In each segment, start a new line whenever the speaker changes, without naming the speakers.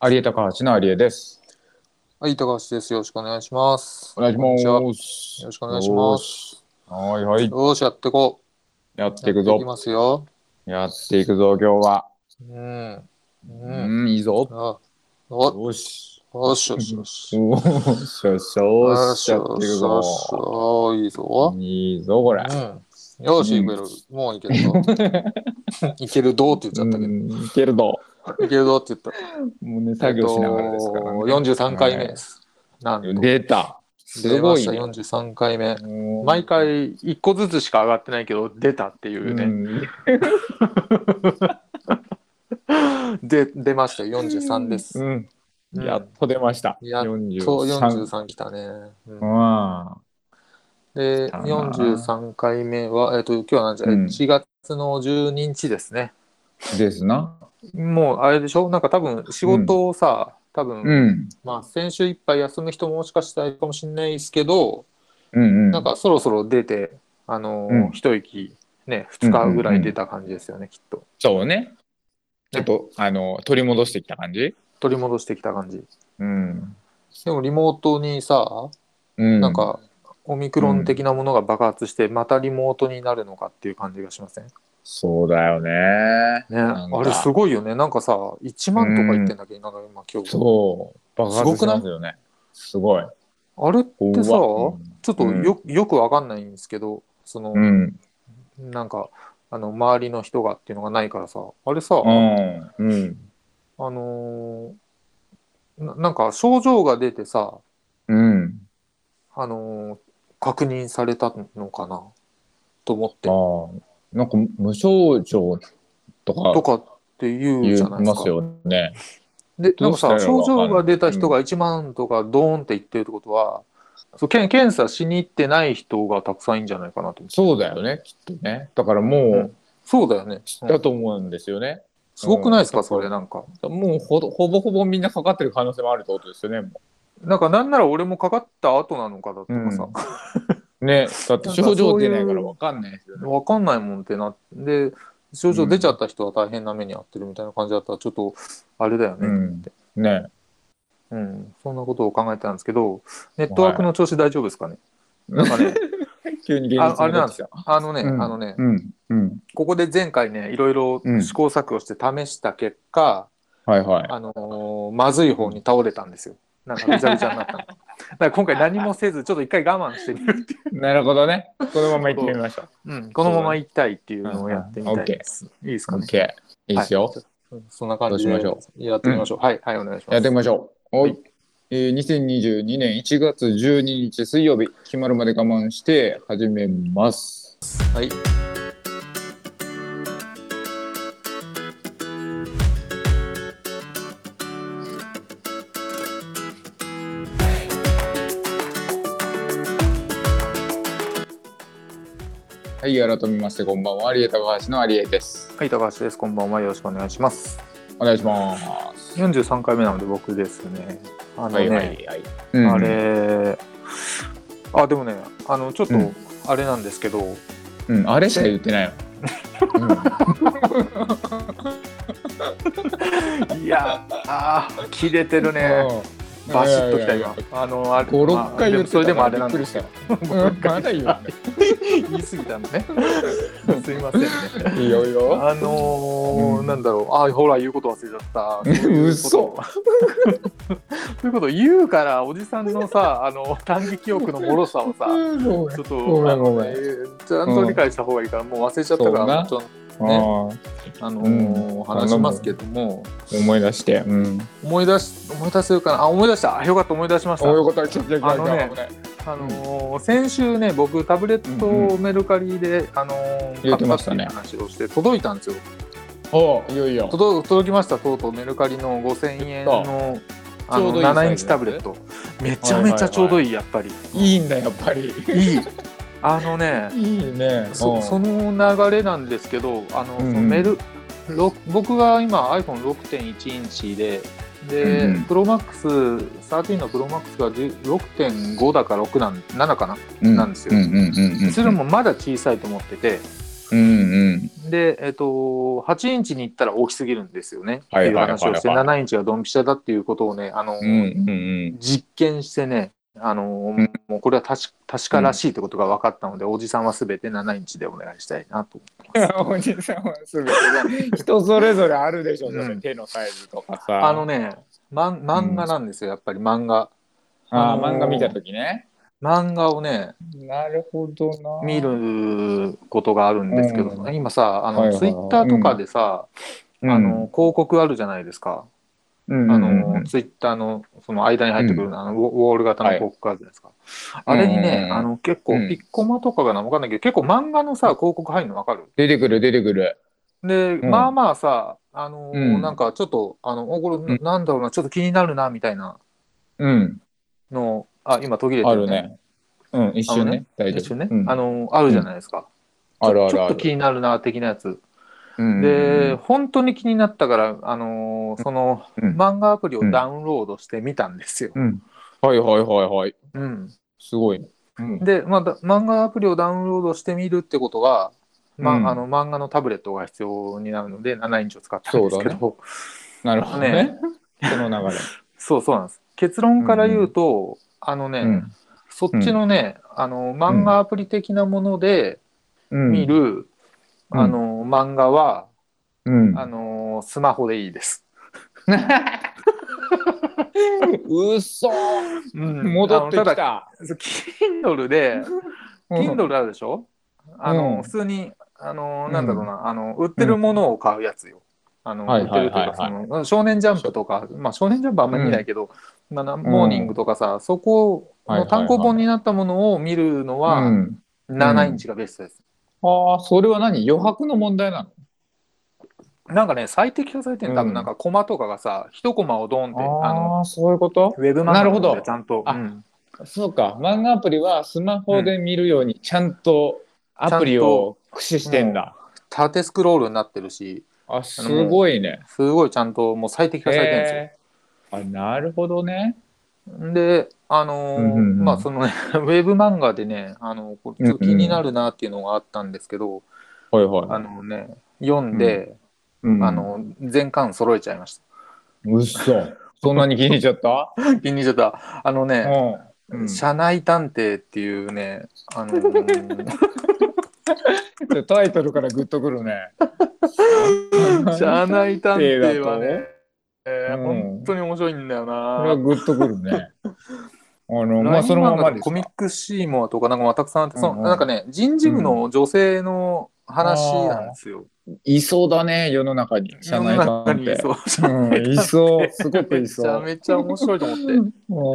有江高橋の有江です。
はい、高橋です。よろしくお願いします。
お願いします。
こんにちはよろしくお願いします。
はいはい。
よーし、やってこ
やっ
う。
ていく
や
ぞ
っていき。ますよ。
やっていくぞ、今日は。
うん。うん。
うん、いいぞ。
あお、
よし。
よしよしよし。
おーしよしよし。やっていく
よ
ぞ。
しよしいいぞ。
いいぞ、これ。
うん。よし、いける。もうい けるぞ。いけるどうって言っちゃったけ
うんいけるぞ。
ど。いけるどうって言った。
もうね、作業しながらですからね。
43回目です。なんと。
出た。すごいね
出ました43回目。
もう
毎回1個ずつしか上がってないけど、出たっていうね。
うん
で出ましたよ43です。
うん。
うん
やっと出ました。
やっとそう
43。
43来たね。うん
うん。
で
来たな
43回目は、えっと今日は何じゃ、
うん
1月の12日ですね。
ですな。
もうあれでしょなんか多分仕事をさ、多分、
うん。
まあ、先週いっぱい休む人ももしかしたらいるかもしれないですけど、
うんうん。
なんかそろそろ出て、あのー
うん
一息ね2日ぐらい出た感じですよね、きっと。
そうね。ちょっと、あの、取り戻してきた感じ
取り戻してきた感じ。
うん。
でもリモートにさ
うん。
なん、かオミクロン的なものが爆発してまたリモートになるのかっていう感じがしませんね
そうだよね。なんか
あれすごいよねなんかさ1万とか言ってんだっけ、なんか今今日
そう。爆発しますよね。すごい。
あれってさち
怖
ょ
っ
っとよ,、よくわかんないんですけどその、
うん。うん。
なんかあの周りの人がっていうのがないからさあれさ、あ
うん。うん
のーななんか症状が出てさ
うん。
あのー確認されたのかなと思って
ああ。なんか、無症状とか
とかって言う
言い
じゃないで
ます
か
す。よね。
で、なんか
ど
さ、
うしたら
症
わかんない
状が出た人が1万とかドーンって言ってるってことは、そうけん検査しに行ってない人がたくさんいるんじゃないかなと思って。
そうだよね、きっとね。だからも
そうだよね。
う、だと思うんですよね。
すごくないです
う
か、
ん
それなんか。
もうほど、ほぼほぼみんなかかってる可能性もあるってことですよね。もう
なんかなんなら俺もかかった後なのかだとかさ、
ね、だって症状出ないからわかんないですよね。
わかんないもんってなって、で、症状出ちゃった人は大変な目に遭ってるみたいな感じだったら、ちょっと、あれだよね。
うんね、
うん、そんなことを考えてたんですけど、ネットワークの調子大丈夫ですかね、
はい
なんかね、
急に現実
ああれ
にな
な
んって
で
き
す
た
よ。あのね、
うん
あのね、
うん、うん、
ここで前回ねいろいろ
うん
試行錯誤して試した結果、
はいはい。
あのーまずい方に倒れたんですよなんかぐちゃぐちゃになった のだから今回何もせずちょっと一回我慢してみるっていう、
なるほどね。このまま行ってみましょう。
うん、このまま行きたいっていうのをやってみたいです、いいですか
オ
ね
ッケー。いいですよ。
うんそんな感じ
どう
で
しましょ
やってみましょう、はいはいお願いします
やってみましょう。は
はい
い。えー、2022年1月12日水曜日、決まるまで我慢して始めます。
はい
はい、改めまして、こんばんは。有江高橋の有江です。
はい高橋ですこんばんはよろしくお願いします
お願いします。
43回目なので僕ですねあのね、
はいはいはい。うん
あ。れあでもねあのちょっと
うん
あれなんですけど、
うん、あれしか言ってないよ。
いやあー切れてる
う
ね
ん
バシッときた
いやいやいや
今あのあれ
五
まあ
六回言ってたから
でもそれでもあれなん
び
で
っくりし
す
た
よ
よ。
5 6
まだ言わ
言い過ぎた のねすいませんね
ない。いよいよ。
あのー
うん
なんだろうあーほら言うこと忘れちゃったそういうこと
嘘
そう いうこと言うからおじさんのさあの短期記憶の脆さをさ
ごめん
ちょっ
ご
と
め
あ
んご
の
め
ね
ん。
ちゃんと理解した方がいいからもう忘れちゃったか
そう
ら
な
ちょっと
あ
あ
う
のー
ん
話しますけども
ー思い出して。うん。
思い出し思い出せるかなあ思い出したあよかった思い出しまし
そう
た
いうことは聞いてくだ
あのね
危ない
あのー先週ね僕タブレットをメルカリで、あのー
入れてましたね
買ったっていう話をして届いたんですよ
おういよいよ。
届届きましたとうとうメルカリの5000円のあ
ちょう
の
どいいサイズのやつね
7インチタブレットめちゃめちゃちょうどいいやっぱり
いいんだやっぱり。
いいあのね
いいね。 う
そ
ん
その流れなんですけどあの、
うんうん
そのメルろ僕が今 iPhone6.1 インチでで、
うんうん
プロマックス13のプロマックスが10 6.5だか6なん7かな
う
なんですよ
うんうんうんうん。
それもまだ小さいと思ってて、
うんうん。
で、えっと、8インチに行ったら大きすぎるんですよね。
はいはいはいはい
っていう話をして、7インチがドンピシャだっていうことをね、あの、
うんうんうん。
実験してね、あの、
ん
もうこれは確確からしいってことが分かったので、おじさんはすべて7インチでお願いしたいなと。
おじさんはすべてね人それぞれあるでしょ、それ
うん
手のサイズとかさ。
あのね、ま、漫画なんですよ、やっぱり漫画。
あー
あのー
漫画見たときね。
漫画をね、
なるほどな。
見。ることがあるんですけど、
う
今さ、あの、
はいはいはい
ツイッターとかでさ、
うん、
あの、広告あるじゃないですか。
うん、
あ
うんう
の
ん、
ツイッターの、その間に入ってくる、あの、ウォウォール型の広告あるじゃないですか。あれに
うんうん
ね
う、ん
あの、結構、
うん
ピッコマとかがな、わかんないけど、結構漫画のさ、広告入るのわかる
出てくる出てくる。
で、
ん
まあまあさ、あのー
うん
なんかちょっと、あの、おこれ
ん
なんだろうな、ちょっと気になるな、みたいな
うん。
の、あ、今途切れて
あるね。うん、一瞬ね。大丈夫。
一瞬ね、
うん
あのーあるじゃないですか。
あるあ
ち
る
ょ
あ
っと気
る。
になるな、的なやつ。
うん
で、、本当に気になったから、あのーその、
うん
漫画アプリをダウンロードしてみたんですよ。
うん。はいはいはいはい。
うん。
すごいね。うん
で、まあ、だ漫画アプリをダウンロードしてみるってことは、ま
うん
あの漫画のタブレットが必要になるので7インチを使ったんですけどそう,、
なるほどね。この流れ。
そうなんです結論から言うと、あのね、
うん
そっちのね、あの漫画アプリ的なもので
うん
見。る、
うん
あの漫画は、
うん。
あのスマホでいいです。
うそ
うん
戻って
あの
き
だ
た。
Kindle で Kindle あるでしょ。あの、
うん
普通にあの
うん
なんだろうな、あの売ってるものを買うやつよ。あの
はい
売ってるというか
はいはい
その少年ジャンプとか、まあ少年ジャンプはあんまり見ないけど、まあなモーニングとかさ、そこ
はいはいは
の
い
単行本になったものを見るの
う
は
ん
7インチがベストです。
ああ、それは何余白の問題なの
なんかね、最適化されてる多
うん
分なんかコマとかがさ、一コマをドーンって、あの、
ああー、そういうこと
ウェブマ
な
ガ
る
ジ
ほ
ン
ど
でちゃんと、
あ
うん
そうか。漫画アプリはスマホで見るようにちゃんとアプリを駆使してんだ。
縦スクロールになってるし、
あ、すごいね。
すごいちゃんともう最適化されてるんですよ。
へーあ、なるほどね。
で、あのー
うんうんうん
まあそのね、 ウェブ漫画でね、あの、こうちょっと気になるなっていうのがあったんですけど、
はいはい。
あのね、読んで、
うん
あ、の、全巻揃えちゃいまし
うっそ。そんなに気に入っちゃった
た。気に入っちゃった。あのね、
うん。ち
社内探偵っていうね、あのー
ょタイトルからグッとくる ね。
社内探偵はね、え
う
ー
ん
本当に面白いんだよ
これは
な。
グッとくる ね。あの、ま
ま
あ、
あ、
そ
そ
の
の
ままです
コ
か
ミックシーモアとかなんかまあたくさんあって、そ
うんう
の
ん
なんかね人事部の女性の話なんですよ。
いそうだね、世の中に。社内探
世の中に
偵。
そう
うんいそう、すごく
め
い
ち
そう
ゃ。めちゃ面白いと思って。
お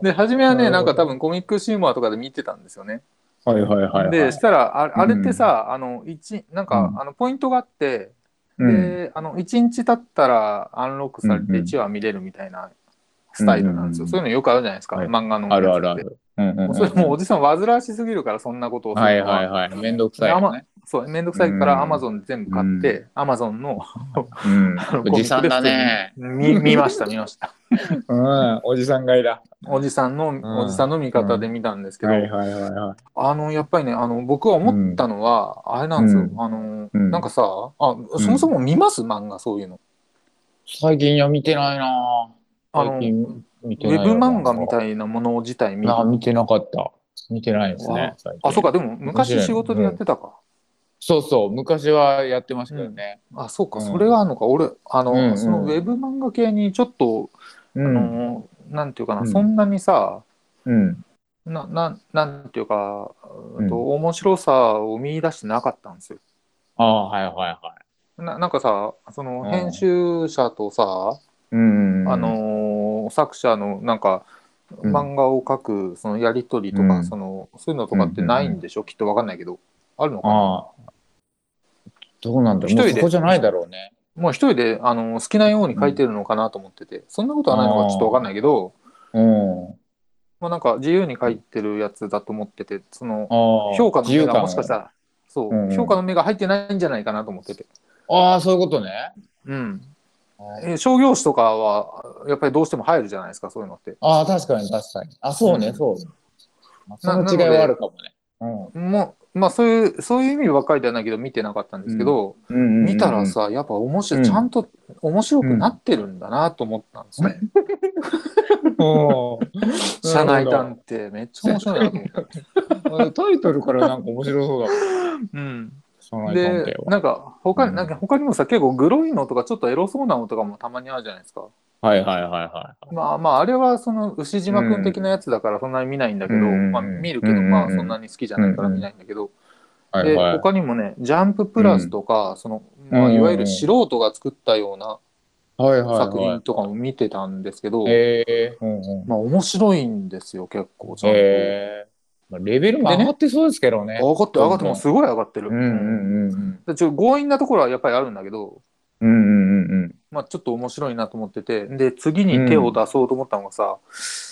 ー
で初めは
な
ね
る
な
ほ
ん
ど
か多分コミックシーモアとかで見てたんですよね。
はいはいはいはい。
でしたらああれってさ、あの一なんか、
うん
あのポイントがあって、
うん
であの1日経ったらアンロックされ
うんう
て
ん
1話見れるみたいなスタイルなんですよ。
うんうんうん
そういうのよくあるじゃないですか、
はい
漫画のやつって。
あるあるある。うんうんうん
それもうおじさん煩わしすぎるからそんなことをするの
はいはいはい。めんどくさいよね。
そうめんどくさいから
う
ア
ん
マゾン全部買ってアマゾンの
うん
あの
おじさんだね。
コミックで普通に見見ました見ました
うん、おじさんがいだ。
おじさんの、
ん
おじさんの見方で見たんですけど、
はいはいはいはい。
あのやっぱりねあの僕は思ったのは、あれなんですよ、
うん
あの、
うん
なんかさあそもそも見ます漫画そういうの。
最近いや見てないな
あ
ぁ
の
最
ウ
近見てない
ェブ漫画み
い
たいなもの自体見る
なあ見てなかった見てないですね最近
あそうかでも昔仕事でやってたか、
そうそう昔はやってましたけどね
あそうか、
うん
それはあるのか俺あの、
うんうん
そのウェブ漫画系にちょっと、
う
あ
ん
のなんていうかな、
うん
そんなにさ
うん
なななんていうか、
うん
と面白さを見出してなかったんですよ。
ああはいはいは
ななんかさそ
う
の
ん
編集者とさ、
いうん
あのー作者のなんか
うん
漫画を描くそのやり取りと
う
か、
ん
そのそういうのとかってないんでしょ、きっとわかんないけどあるのかな
ああどうなんだろう
一人
もうそ
で
こじゃないだろうね
もう一人で、あのー好きなように描いてるのかなと思ってて、そんなことはないのかちょっとわかんないけど、
うん
まあ、なんか自由に描いてるやつだと思っててその
ああ
評価の目がもしかした
ら
らそう、
うん
評価の目が入ってないんじゃないかなと思ってて。
ああそういうことね
うんえー商業種とかはやっぱりどうしても入るじゃないですかそういうのって。
ああ確かに確かにあそう
う
ね
ん
そう
な
その違いはあるかもね
もまあそういう、そういう意味ばっかりではないけど見てなかったんですけど、
うんうんうん
見たら、さ、やっぱ面白い、
うん
ちゃんと面白くなってるんだなと思ったんですね。
おー
社内探偵、めっちゃ面白いなと思った。
あタイトルからなんか面白そうだもん。
うん。
社内探
で
偵、は。
なんか他
う
に、
ん
なんか他にもさ、結構グロいのとか、ちょっとエロそうなのとかもたまにあるじゃないですか。
はいはいはいは
まあまあ、あれはその牛島くん的なやつだからそんなに見ないんだけど、
うん
まあ見るけ
う
ど、
ん
まあそんなに好きじゃないから見ないんだけど、
い。はい
で、
はい。
他にもね、ジャンププラスとか、その、ま
う
あ、
ん
いわゆる素人が作ったような
はいはい
作
は
品
い。
とかも見てたんですけど、
えーうんうん
まあ面白いんですよ、結構。ちゃんと。
えーまあレベルも上がってそうですけどね。
上がってる、上がってるもうすごい上がってる。
うんうんうん
でちょっと強引なところはやっぱりあるんだけど、
うんうんうん
まあ、ちょっと面白いなと思っててで次に手を出そうと思ったのがさ、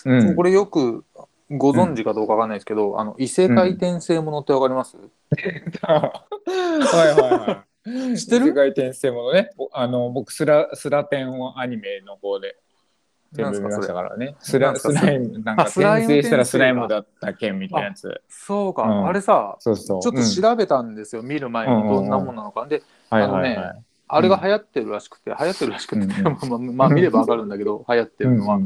うんうん
これよくご存知かどうかわかんないですけど、あの異世界転生ものってわかります、
はいはいはい。
知ってる
世界転生ものね。おあの僕スラスラテンをアニメの方で
なんす
全部
か
見ま
そ
した
れ
からね。スラ
なんす
ス
か
ライムなんか
あスライ
転生
ム
したら
転
ス
生
ライムだったけんみたいなやつ。
そうか、
うん
あれさ
そうそう。
ちょっと
うん
調べたんですよ、見る前にどんなもんなのか、で
はい
あの
は
ね
いはい。
あれが流行ってるらしくて、流行ってるらしくて、
うんうん
まあまあまあ見ればわかるんだけど流行ってるのは、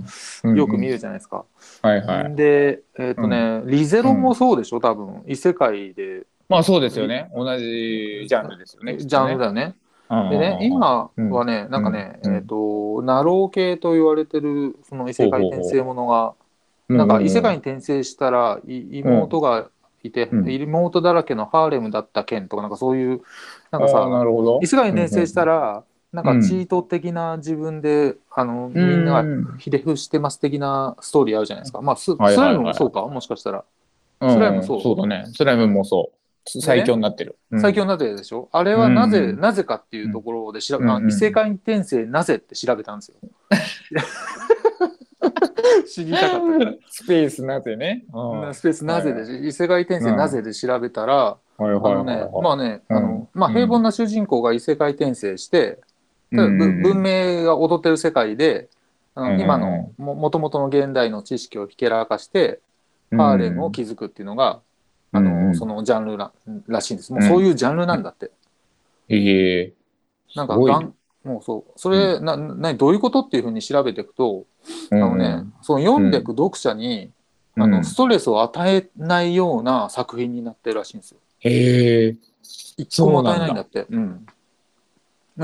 うん
よく見
る。
るじゃないですか、
はいはい。
でえっ、とね、リゼロもそうでしょ多分異世界で
まあそうですよね。同じジャンルですよね。
ジャンルだよね
ル
でね、今はね、
ん
なんかね、
うん
えっ、と、ナロー系と言われてる、その異世界転生ものが、なんか異世界に転生したら、い妹がいて、
うん
妹だらけのハーレムだった件とか、なんかそういう、
な
な
ん
かさ、
なるほど
異。世界に転生したら、なんかチート的な自分で、あの、みんな
う
が
ん
ひれ伏してます的なストーリーあるじゃないですか。まあ、スス
はいはいはい
ライムもそうか、もしかしたら。
うん
スライムそう
そうだね。スライムもそう。最強になってる。うん
最強なぜでしょあれはなぜ、
うん
なぜかっていうところで調べ、
うん
あ異世界転生なぜって調べたんですよ。 知りたかったか
スペースなぜね。うん
ら。
はい
スペースなぜで、異世界転生なぜで調べたら、
はい
あ
はい
のね、まあね、
うん
あのまあ、平凡な主人公が異世界転生して、
うん
ただ
うん
ぶ文明が踊ってる世界で、あ
うん
の今のももともとの現代の知識をひけらかして、
うん
ハーレムを築くっていうのが、あ
うんうん
のそのジャンルららしいんです。もうそういうジャンルなんだって。
ええ
なんか
すごい
がん、もうそう、それ、な、な、どういうことっていうふうに調べていくと、
あ
あのね、その読んでいく読者に、あの、ストレスを与えないような作品になってるらしいんですよ。
へえ
一個も与えないんだって。うん。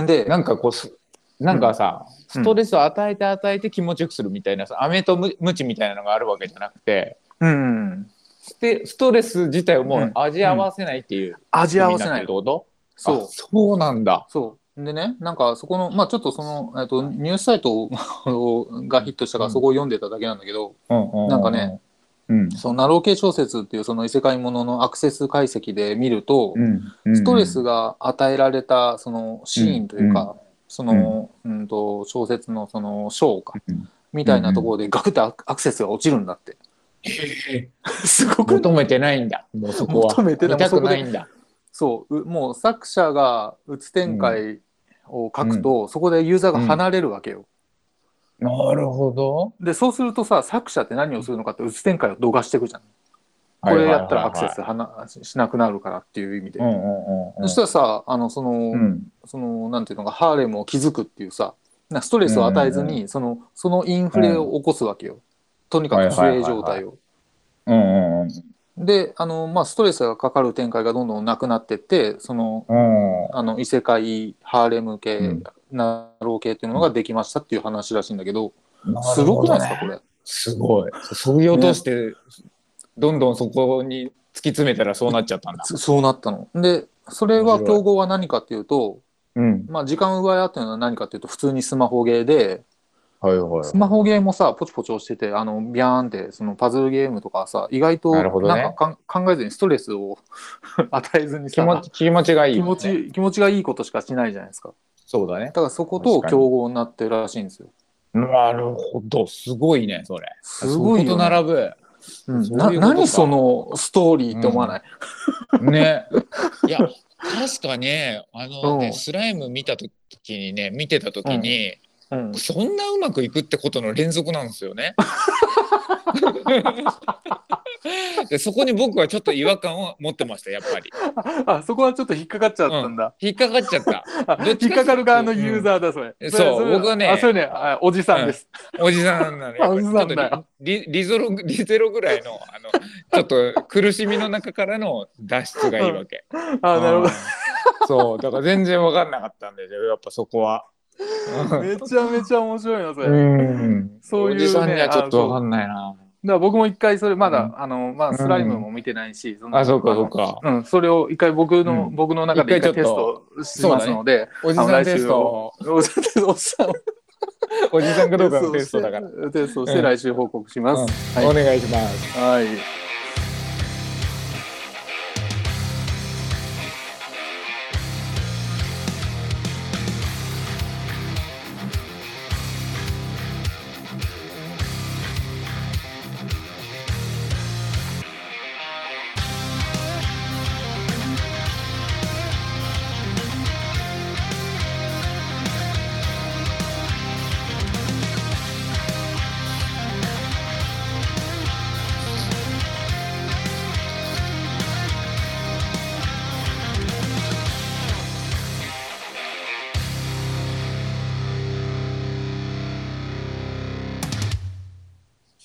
で、
なんかこうすなんかさ、
う
ス
ん
トレスを与えて与えて気持ちよくするみたいなさ飴とむムチみたいなのがあるわけじゃなくて
うん。
ステストレス自体をも
うん
う味合わせないっていう
味合わせな
ってるっ
い
て。こと
そ
あ
う。
そうなんだ
そう。でね、なんかそこの、まあちょっとその、えっと、ニュースサイトを がヒットしたから、そこを読んでただけなんだけど、
な
なんかね、
うん
そのナロー系小説っていうその異世界もののアクセス解析で見ると、ストレス
が
が与えられたそのシーンというか、
う
その、うん、と小説のその章か、
うん
みたいなところでガクッとアアクセスが落ちるんだって。 すごく
求めてないんだもうそこは
求めてない
見たくないんだ
そううもう作者がうつ展開を書くと、そこでユーザーが離れるわけよ。
なるほど
でそうするとさ作者って何をするのかってうつ展開を度がしていくじゃん。これやったらアクセスはなしなくなるからっていう意味で。
うんうんうんうん
そしたらさあのその、
うん
そのなんていうのかハーレムを築くっていうさなんかストレスを与えず
うん
に、そのそのインフレを起こすわけよ、とにかく
はい
不
はいはい
営
はい
状態を。
うんうん
であの、まあ、ストレスがかかる展開がどんどんなくなってってその
うん
あの異世界ハーレム系、
うん
ナロー系っていうのができましたっていう話らしいんだけど、
うん
すごくないです
る
かこれ。
ほどねすごいそぎ落として、どんどんそこに突き詰めたらそうなっちゃったんだ
そそうなったの。でそれは
面白い
競合は何かっていうと、
うん
まあ、時間奪い合ってるのは何かっていうと普通にスマホゲーで。
はいはい
スマホゲーもさポチポチ押しててあのビャーンってそのパズルゲームとかさ意外と
なるほどね
なんかかん考えずにストレスを 与えずに
気
さ
持ち気持ちがいい
気
よね、
持ち気持ちがいいことしかしないじゃないですか
そうだね
だからそこと
確かに
競合になってるらしいんですよ
なるほどすごいねそれ
すごい
そ
よ、
こと並ぶ
うん
そういうこと
な
か
何そのストーリーって思わない、
ね。いや、確かね、あのね、
うん
スライム見たときにね、見てたときに、
うん、
そんなうまくいくってことの連続なんですよね。 でそこに僕はちょっと違和感を持ってましたやっぱり
あそこはちょっと引っかかっちゃったんだ、
引っかかっちゃった
あ
どっちかっていうと
引っかかる側のユーザーだそれ、
うん
れ
そう
れ
僕はね
あそれねあおじさんです、
おじさんなのやっぱり
おじさんだよ
ちょっとリリリゾロリゼロぐらいのあのちょっと苦しみの中からの脱出がいいわけ。
あなるほ
どそうだから全然分かんなかったんですよやっぱそこ は。
どめちゃめちゃ面白いなそれ、
う
だか
ん、
そういうね
おじさんにはちょっと分かんないな。
ら僕も一回それまだ、
う
あのまあスライムも見てないし、その
あそうかそうか。
うん、それを一回僕の、
うん
僕の中で一
一回
回
ち
テス
ょ
トしますので、
おじさんテスト
おじさんテストおじさん
おじさんかどうかのテストだから。
テストして来週報告します。
お願いします。
はい。はい